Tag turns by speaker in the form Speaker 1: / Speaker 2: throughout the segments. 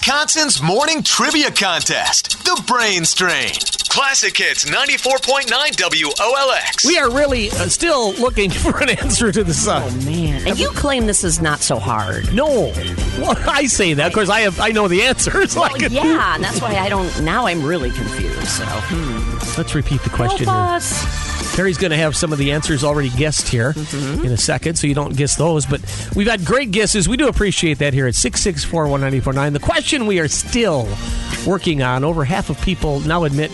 Speaker 1: Wisconsin's morning trivia contest, The Brain Strain. Classic Hits 94.9 WOLX.
Speaker 2: We are really uh, still looking for an answer to the
Speaker 3: Oh
Speaker 2: song.
Speaker 3: man! And you claim this is not so hard.
Speaker 2: No, well, I say that because I have I know the answer. It's
Speaker 3: Well,
Speaker 2: like
Speaker 3: yeah, and that's why I don't. Now I'm really confused. So hmm.
Speaker 2: Let's repeat the
Speaker 3: help
Speaker 2: question. here.
Speaker 3: us.
Speaker 2: Terry's going to have some of the answers already guessed here
Speaker 3: Mm-hmm.
Speaker 2: in a second, so you don't guess those. But we've had great guesses. We do appreciate that here at 664 1949. The question we are still working on, over half of people now admit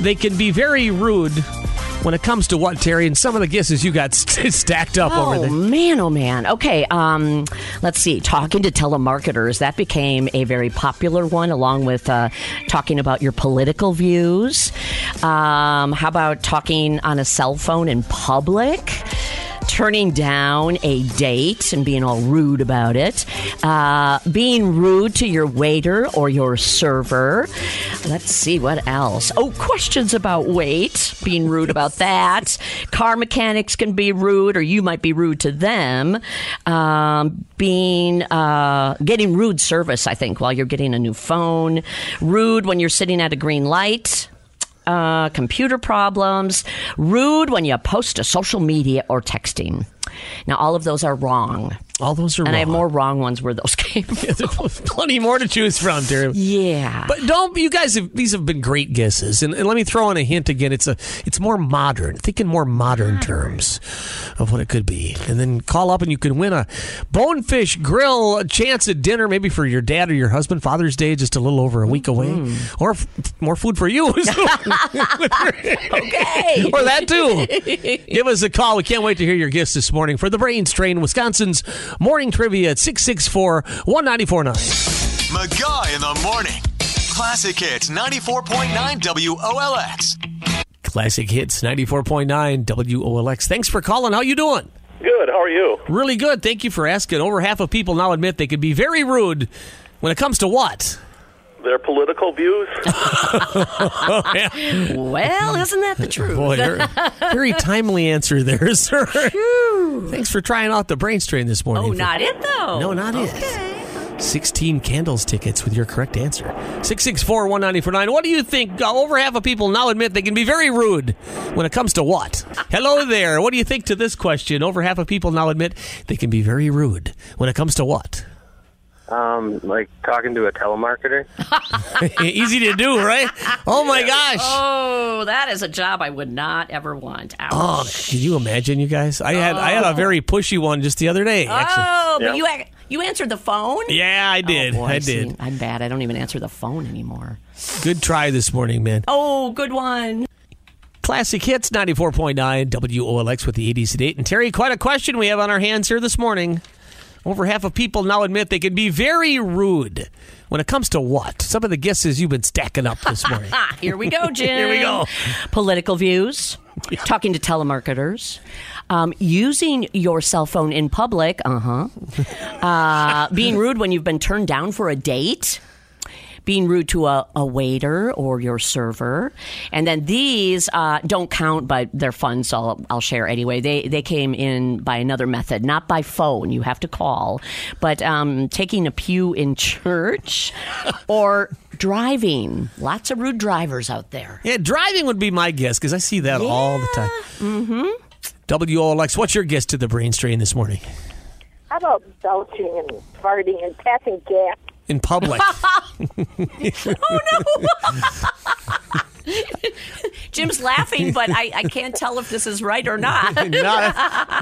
Speaker 2: they can be very rude when it comes to what, Terry? And some of the guesses you got st- stacked up over
Speaker 3: Oh
Speaker 2: there.
Speaker 3: man! Oh man! Okay. Um, let's see. Talking to telemarketers that became a very popular one, along with uh, talking about your political views. Um, how about talking on a cell phone in public? Turning down a date and being all rude about it. Uh, being rude to your waiter or your server. Let's see what else. Oh, questions about weight. Being rude about that. Car mechanics can be rude, or you might be rude to them. Um, being uh, getting rude service, I think, while you're getting a new phone. Rude when you're sitting at a green light. Uh, computer problems. Rude when you post to social media or texting. Now, all of those are wrong.
Speaker 2: All those are
Speaker 3: And I have
Speaker 2: wrong.
Speaker 3: more wrong ones where those came from.
Speaker 2: There's plenty more to choose from, Terry.
Speaker 3: Yeah.
Speaker 2: But don't you guys? Have, these have been great guesses, and, and let me throw in a hint again. It's a, it's more modern. Think in more modern terms of what it could be, and then call up and you can win a bonefish grill chance at dinner, maybe for your dad or your husband. Father's Day just a little over a week away, or f- more food for you.
Speaker 3: okay.
Speaker 2: or that too. Give us a call. We can't wait to hear your gifts this morning for the Brain Strain, Wisconsin's morning trivia at 664 1949.
Speaker 1: McGaw in the morning. Classic Hits 94.9 WOLX.
Speaker 2: Classic Hits 94.9 WOLX. Thanks for calling. How you doing?
Speaker 4: Good. How are you?
Speaker 2: Really good. Thank you for asking. Over half of people now admit they could be very rude when it comes to what?
Speaker 4: Their political views?
Speaker 3: Well, isn't that the truth?
Speaker 2: Boy, very, very timely answer there, sir. Thanks for trying out the brain strain this morning.
Speaker 3: Oh, not it though.
Speaker 2: No, not it. 16 candles tickets with your correct answer. 664 1949. What do you think? Uh, Over half of people now admit they can be very rude when it comes to what? Hello there. What do you think to this question? Over half of people now admit they can be very rude when it comes to what?
Speaker 5: Um, like talking to a telemarketer.
Speaker 2: Easy to do, right? Oh my gosh.
Speaker 3: Oh, that is a job I would not ever want. Ouch.
Speaker 2: Oh, can you imagine, you guys? I had I had a very pushy one just the other day, actually.
Speaker 3: Oh,
Speaker 4: Yeah.
Speaker 3: but you ac- you answered the phone?
Speaker 2: Yeah, I did.
Speaker 3: Oh, boy,
Speaker 2: I
Speaker 3: see,
Speaker 2: did.
Speaker 3: I'm bad. I don't even answer the phone anymore.
Speaker 2: Good try this morning, man.
Speaker 3: Oh, good one.
Speaker 2: Classic Hits 94.9 WOLX with the 80s at 8. And Terry, quite a question we have on our hands here this morning. Over half of people now admit they can be very rude when it comes to what? Some of the guesses you've been stacking up this morning.
Speaker 3: Ah, here we go, Jim.
Speaker 2: Here we go.
Speaker 3: Political views, talking to telemarketers, um, using your cell phone in public, uh-huh. uh, being rude when you've been turned down for a date. being rude to a, a waiter or your server. And then these uh, don't count, but they're fun, so I'll, I'll share anyway. They, they came in by another method, not by phone. You have to call, but um, taking a pew in church or driving. Lots of rude drivers out there.
Speaker 2: yeah, driving would be my guess because I see that all the time. Mm-hmm. WOLX, what's your guess to the brain strain this morning?
Speaker 6: How about belching and farting and passing gas?
Speaker 2: In public.
Speaker 3: Jim's laughing, but I, I can't tell if this is right or not.
Speaker 2: Not-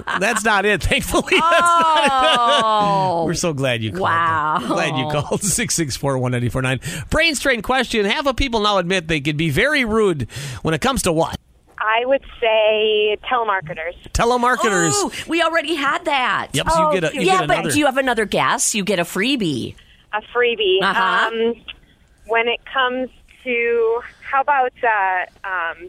Speaker 2: that's not it, thankfully. That's
Speaker 3: Oh.
Speaker 2: We're so glad you called.
Speaker 3: Wow.
Speaker 2: though. Glad you called. 664 1949. Brain strain question. Half of people now admit they could be very rude when it comes to what?
Speaker 6: I would say telemarketers.
Speaker 2: Telemarketers.
Speaker 3: Ooh, we already had that. Oh,
Speaker 2: Yep, so you get, a, you
Speaker 3: yeah,
Speaker 2: get
Speaker 3: but
Speaker 2: another.
Speaker 3: do you have another guess? You get a freebie.
Speaker 6: A freebie.
Speaker 3: Uh-huh.
Speaker 6: Um, when it comes to how about uh, um,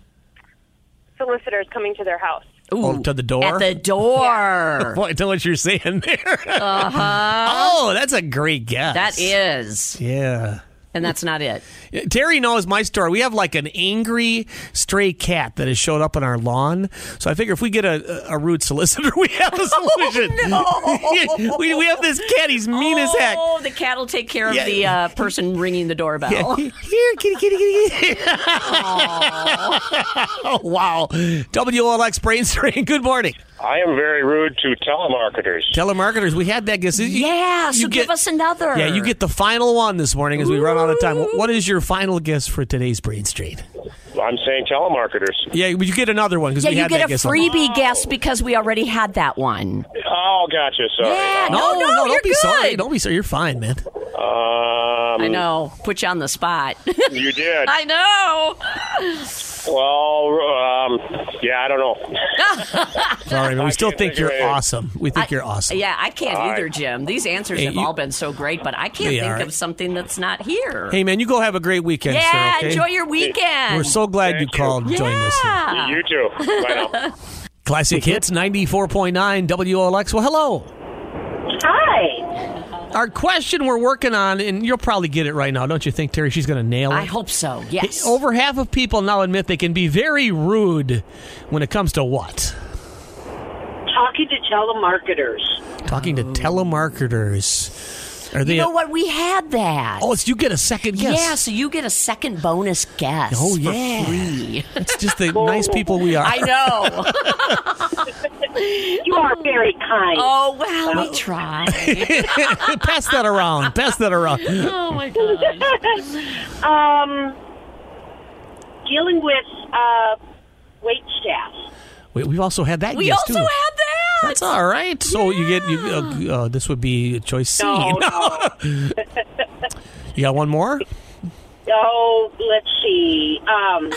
Speaker 6: solicitors coming to their house?
Speaker 3: Ooh,
Speaker 2: Oh, to the door?
Speaker 3: At the door.
Speaker 2: Boy, I know what you're saying there. Uh-huh. oh, that's a great guess.
Speaker 3: that is.
Speaker 2: Yeah.
Speaker 3: and that's not it.
Speaker 2: Terry knows my story. We have like an angry stray cat that has showed up on our lawn. So I figure if we get a, a rude solicitor, we have a solution.
Speaker 3: Oh, no.
Speaker 2: we, we have this cat. He's mean as heck.
Speaker 3: Oh, the cat will take care of
Speaker 2: Yeah.
Speaker 3: the uh, person ringing the doorbell.
Speaker 2: Yeah. Here, kitty, kitty, kitty, kitty. oh, wow. WLX Brainstrain, good morning.
Speaker 7: I am very rude to telemarketers.
Speaker 2: Telemarketers, we had that guess. You-
Speaker 3: Yeah, so
Speaker 2: you
Speaker 3: give us another.
Speaker 2: Yeah, you get the final one this morning as we run out of time. What is your final guess for today's Brain Strain?
Speaker 7: I'm saying telemarketers.
Speaker 2: Yeah, but you get another one because
Speaker 3: Yeah,
Speaker 2: we
Speaker 3: you
Speaker 2: had
Speaker 3: get
Speaker 2: that
Speaker 3: a
Speaker 2: guess. on-
Speaker 3: freebie guess because we already had that one.
Speaker 7: Oh, gotcha. Sorry.
Speaker 3: Yeah,
Speaker 2: No,
Speaker 3: no,
Speaker 2: Oh, no,
Speaker 3: you're
Speaker 2: don't be
Speaker 3: good.
Speaker 2: sorry. Don't be sorry. You're fine, man.
Speaker 7: Um,
Speaker 3: I know. Put you on the spot.
Speaker 7: You did.
Speaker 3: I know.
Speaker 7: Well, um, yeah, I don't know.
Speaker 2: Sorry, man. We still
Speaker 7: can't
Speaker 2: think
Speaker 7: figure
Speaker 2: you're
Speaker 7: it out.
Speaker 2: awesome. We think you're awesome.
Speaker 3: Yeah, I can't
Speaker 7: All
Speaker 3: either,
Speaker 7: right.
Speaker 3: Jim. These answers
Speaker 2: Hey,
Speaker 3: have
Speaker 2: you-
Speaker 3: all been so great, but I can't
Speaker 2: They
Speaker 3: think
Speaker 2: are.
Speaker 3: of something that's not here.
Speaker 2: Hey, man, you go have a great weekend,
Speaker 3: yeah,
Speaker 2: sir. okay?
Speaker 3: enjoy your weekend.
Speaker 2: We're so glad you
Speaker 7: Thank you.
Speaker 2: called and joined us. here.
Speaker 3: yeah.
Speaker 7: You too. Bye now.
Speaker 2: Classic Hits 94.9 WLX. Well, hello.
Speaker 6: Hi.
Speaker 2: Our question we're working on, and you'll probably get it right now, don't you think, Terry? She's going to nail it.
Speaker 3: I hope so. Yes.
Speaker 2: Over half of people now admit they can be very rude when it comes to what?
Speaker 8: talking to telemarketers.
Speaker 2: Talking to telemarketers. Are they?
Speaker 3: Oh. you know what? We had that.
Speaker 2: oh, it's you get a second guess.
Speaker 3: Yeah, so you get a second bonus guess.
Speaker 2: Oh,
Speaker 3: for
Speaker 2: yeah.
Speaker 3: free.
Speaker 2: It's just the nice people we are.
Speaker 3: I know.
Speaker 8: You are very kind.
Speaker 3: Oh, well, we tried.
Speaker 2: Pass that around. Pass that around.
Speaker 3: oh, my God.
Speaker 8: Um, dealing with uh, wait staff.
Speaker 2: We, we've also had that
Speaker 3: We
Speaker 2: guess
Speaker 3: also
Speaker 2: too.
Speaker 3: had that.
Speaker 2: That's all right. So you get you. Uh, uh, this would be choice C.
Speaker 8: No, no,
Speaker 2: You got one more.
Speaker 8: no. Let's see. Um,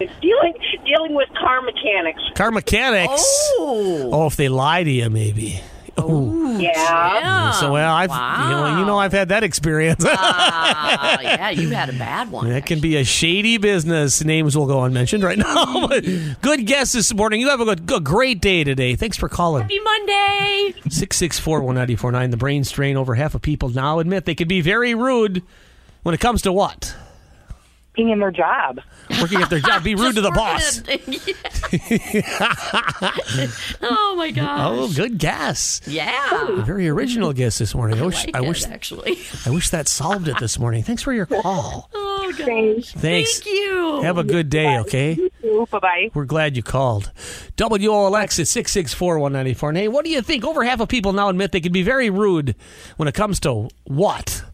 Speaker 3: Uh-huh.
Speaker 8: dealing dealing with car mechanics.
Speaker 2: Car mechanics.
Speaker 3: Oh.
Speaker 2: Oh, if they lie to you, maybe. Ooh.
Speaker 8: Yeah.
Speaker 2: So well, I've you, know, you know I've had that experience.
Speaker 3: Oh, yeah, you had a bad one.
Speaker 2: that can be a shady business. Names will go unmentioned right now. But good guess this morning. You have a, good, a great day today. Thanks for calling.
Speaker 3: Happy Monday.
Speaker 2: Six six four one ninety four nine. The brain strain. Over half of people now admit they can be very rude when it comes to what
Speaker 8: Being in their job.
Speaker 2: working at their job. Be rude to the boss.
Speaker 3: oh my god.
Speaker 2: Oh, good guess.
Speaker 3: Yeah.
Speaker 2: Very original guess this morning. I wish
Speaker 3: like
Speaker 2: I
Speaker 3: it,
Speaker 2: wish
Speaker 3: actually.
Speaker 2: I wish that solved it this morning. Thanks for your call.
Speaker 3: Oh god.
Speaker 2: Thanks.
Speaker 3: Thank you.
Speaker 2: Have a good day, okay?
Speaker 8: Bye bye.
Speaker 2: We're glad you called. WOLX is 664 194. Hey, what do you think? Over half of people now admit they can be very rude when it comes to what?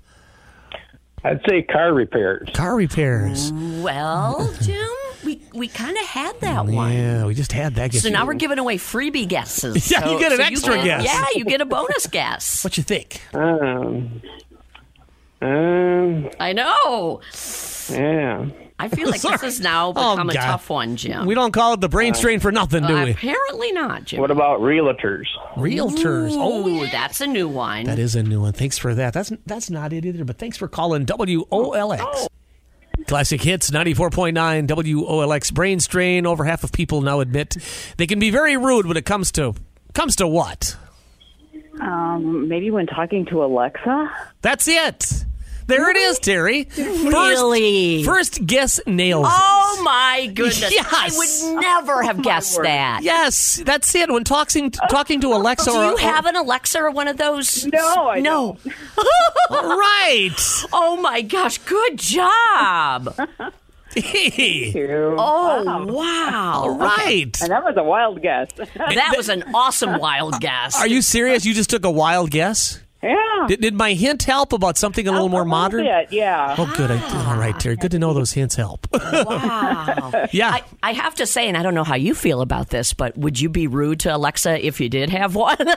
Speaker 5: I'd say car repairs.
Speaker 2: Car repairs.
Speaker 3: Oh. Well, Jim, we we kind of had that one.
Speaker 2: Yeah, we just had that.
Speaker 3: So now we're giving away freebie guesses.
Speaker 2: Yeah,
Speaker 3: So-
Speaker 2: you get an
Speaker 3: so
Speaker 2: extra
Speaker 3: get-
Speaker 2: guess.
Speaker 3: Yeah, you get a bonus guess.
Speaker 2: What you think?
Speaker 5: Um, um,
Speaker 3: I know.
Speaker 5: yeah.
Speaker 3: I feel like this
Speaker 2: Sorry.
Speaker 3: has now
Speaker 2: Oh,
Speaker 3: become a
Speaker 2: God.
Speaker 3: tough one, Jim.
Speaker 2: We don't call it the brain strain for nothing, do we?
Speaker 3: Apparently not, Jim.
Speaker 5: What about realtors?
Speaker 2: Realtors. Oh,
Speaker 3: Ooh, that's a new one.
Speaker 2: That is a new one. Thanks for that. That's that's not it either, but thanks for calling WOLX. Classic hits 94.9 WOLX brain strain. Over half of people now admit they can be very rude when it comes to comes to what?
Speaker 9: Um, maybe when talking to Alexa.
Speaker 2: That's it. There it is, Terry.
Speaker 3: Really?
Speaker 2: First, first guess nails. it.
Speaker 3: Oh my goodness!
Speaker 2: Yes.
Speaker 3: I would never have guessed that.
Speaker 2: Yes, that's it. When talking talking to Alexa
Speaker 3: Do
Speaker 2: or,
Speaker 3: you
Speaker 2: or-
Speaker 3: have an Alexa or one of those?
Speaker 8: No, I
Speaker 3: no.
Speaker 2: All right.
Speaker 3: Oh my gosh! Good job. Oh
Speaker 2: All
Speaker 3: wow!
Speaker 2: right.
Speaker 8: That was a wild guess.
Speaker 3: That was an awesome wild guess.
Speaker 2: Are you serious? You just took a wild guess?
Speaker 8: yeah.
Speaker 2: Did, did my hint help about something a little more modern?
Speaker 8: yeah.
Speaker 2: Oh, good. I, all right, Terry. Good to know those hints help.
Speaker 3: Wow.
Speaker 2: yeah.
Speaker 3: I, I have to say, and I don't know how you feel about this, but would you be rude to Alexa if you did have one?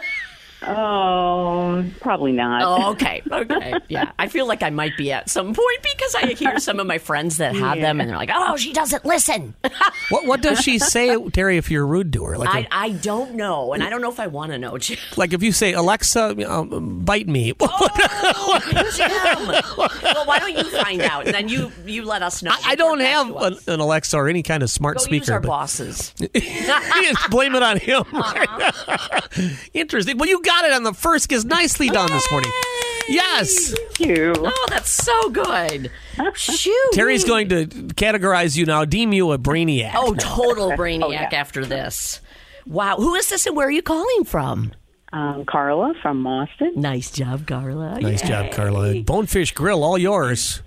Speaker 9: Oh, probably not.
Speaker 3: oh, okay. Okay. Yeah. I feel like I might be at some point because I hear some of my friends that have them and they're like, oh, she doesn't listen.
Speaker 2: what What does she say, Terry? If you're rude to her, like
Speaker 3: I, I don't know, and I don't know if I want to know, Jim.
Speaker 2: like if you say Alexa, um, bite me.
Speaker 3: Oh, Jim. well, why don't you find out, and then you you let us know.
Speaker 2: I, I don't
Speaker 3: Report back
Speaker 2: have
Speaker 3: to
Speaker 2: an,
Speaker 3: us.
Speaker 2: an Alexa or any kind of smart
Speaker 3: Go
Speaker 2: speaker.
Speaker 3: use our
Speaker 2: but-
Speaker 3: bosses.
Speaker 2: Blame it on
Speaker 3: Uh-huh.
Speaker 2: him. Interesting. Well, you got it on the first guess nicely, Don, this morning. Yes.
Speaker 9: Thank you.
Speaker 3: Oh, that's so good. Shoot.
Speaker 2: Terry's going to categorize you now, deem you a brainiac.
Speaker 3: Oh, total brainiac after this. Wow. Who is this and where are you calling from?
Speaker 9: Um, Carla from Boston.
Speaker 3: Nice job, Carla.
Speaker 2: Nice job, Carla. Bonefish Grill, all yours.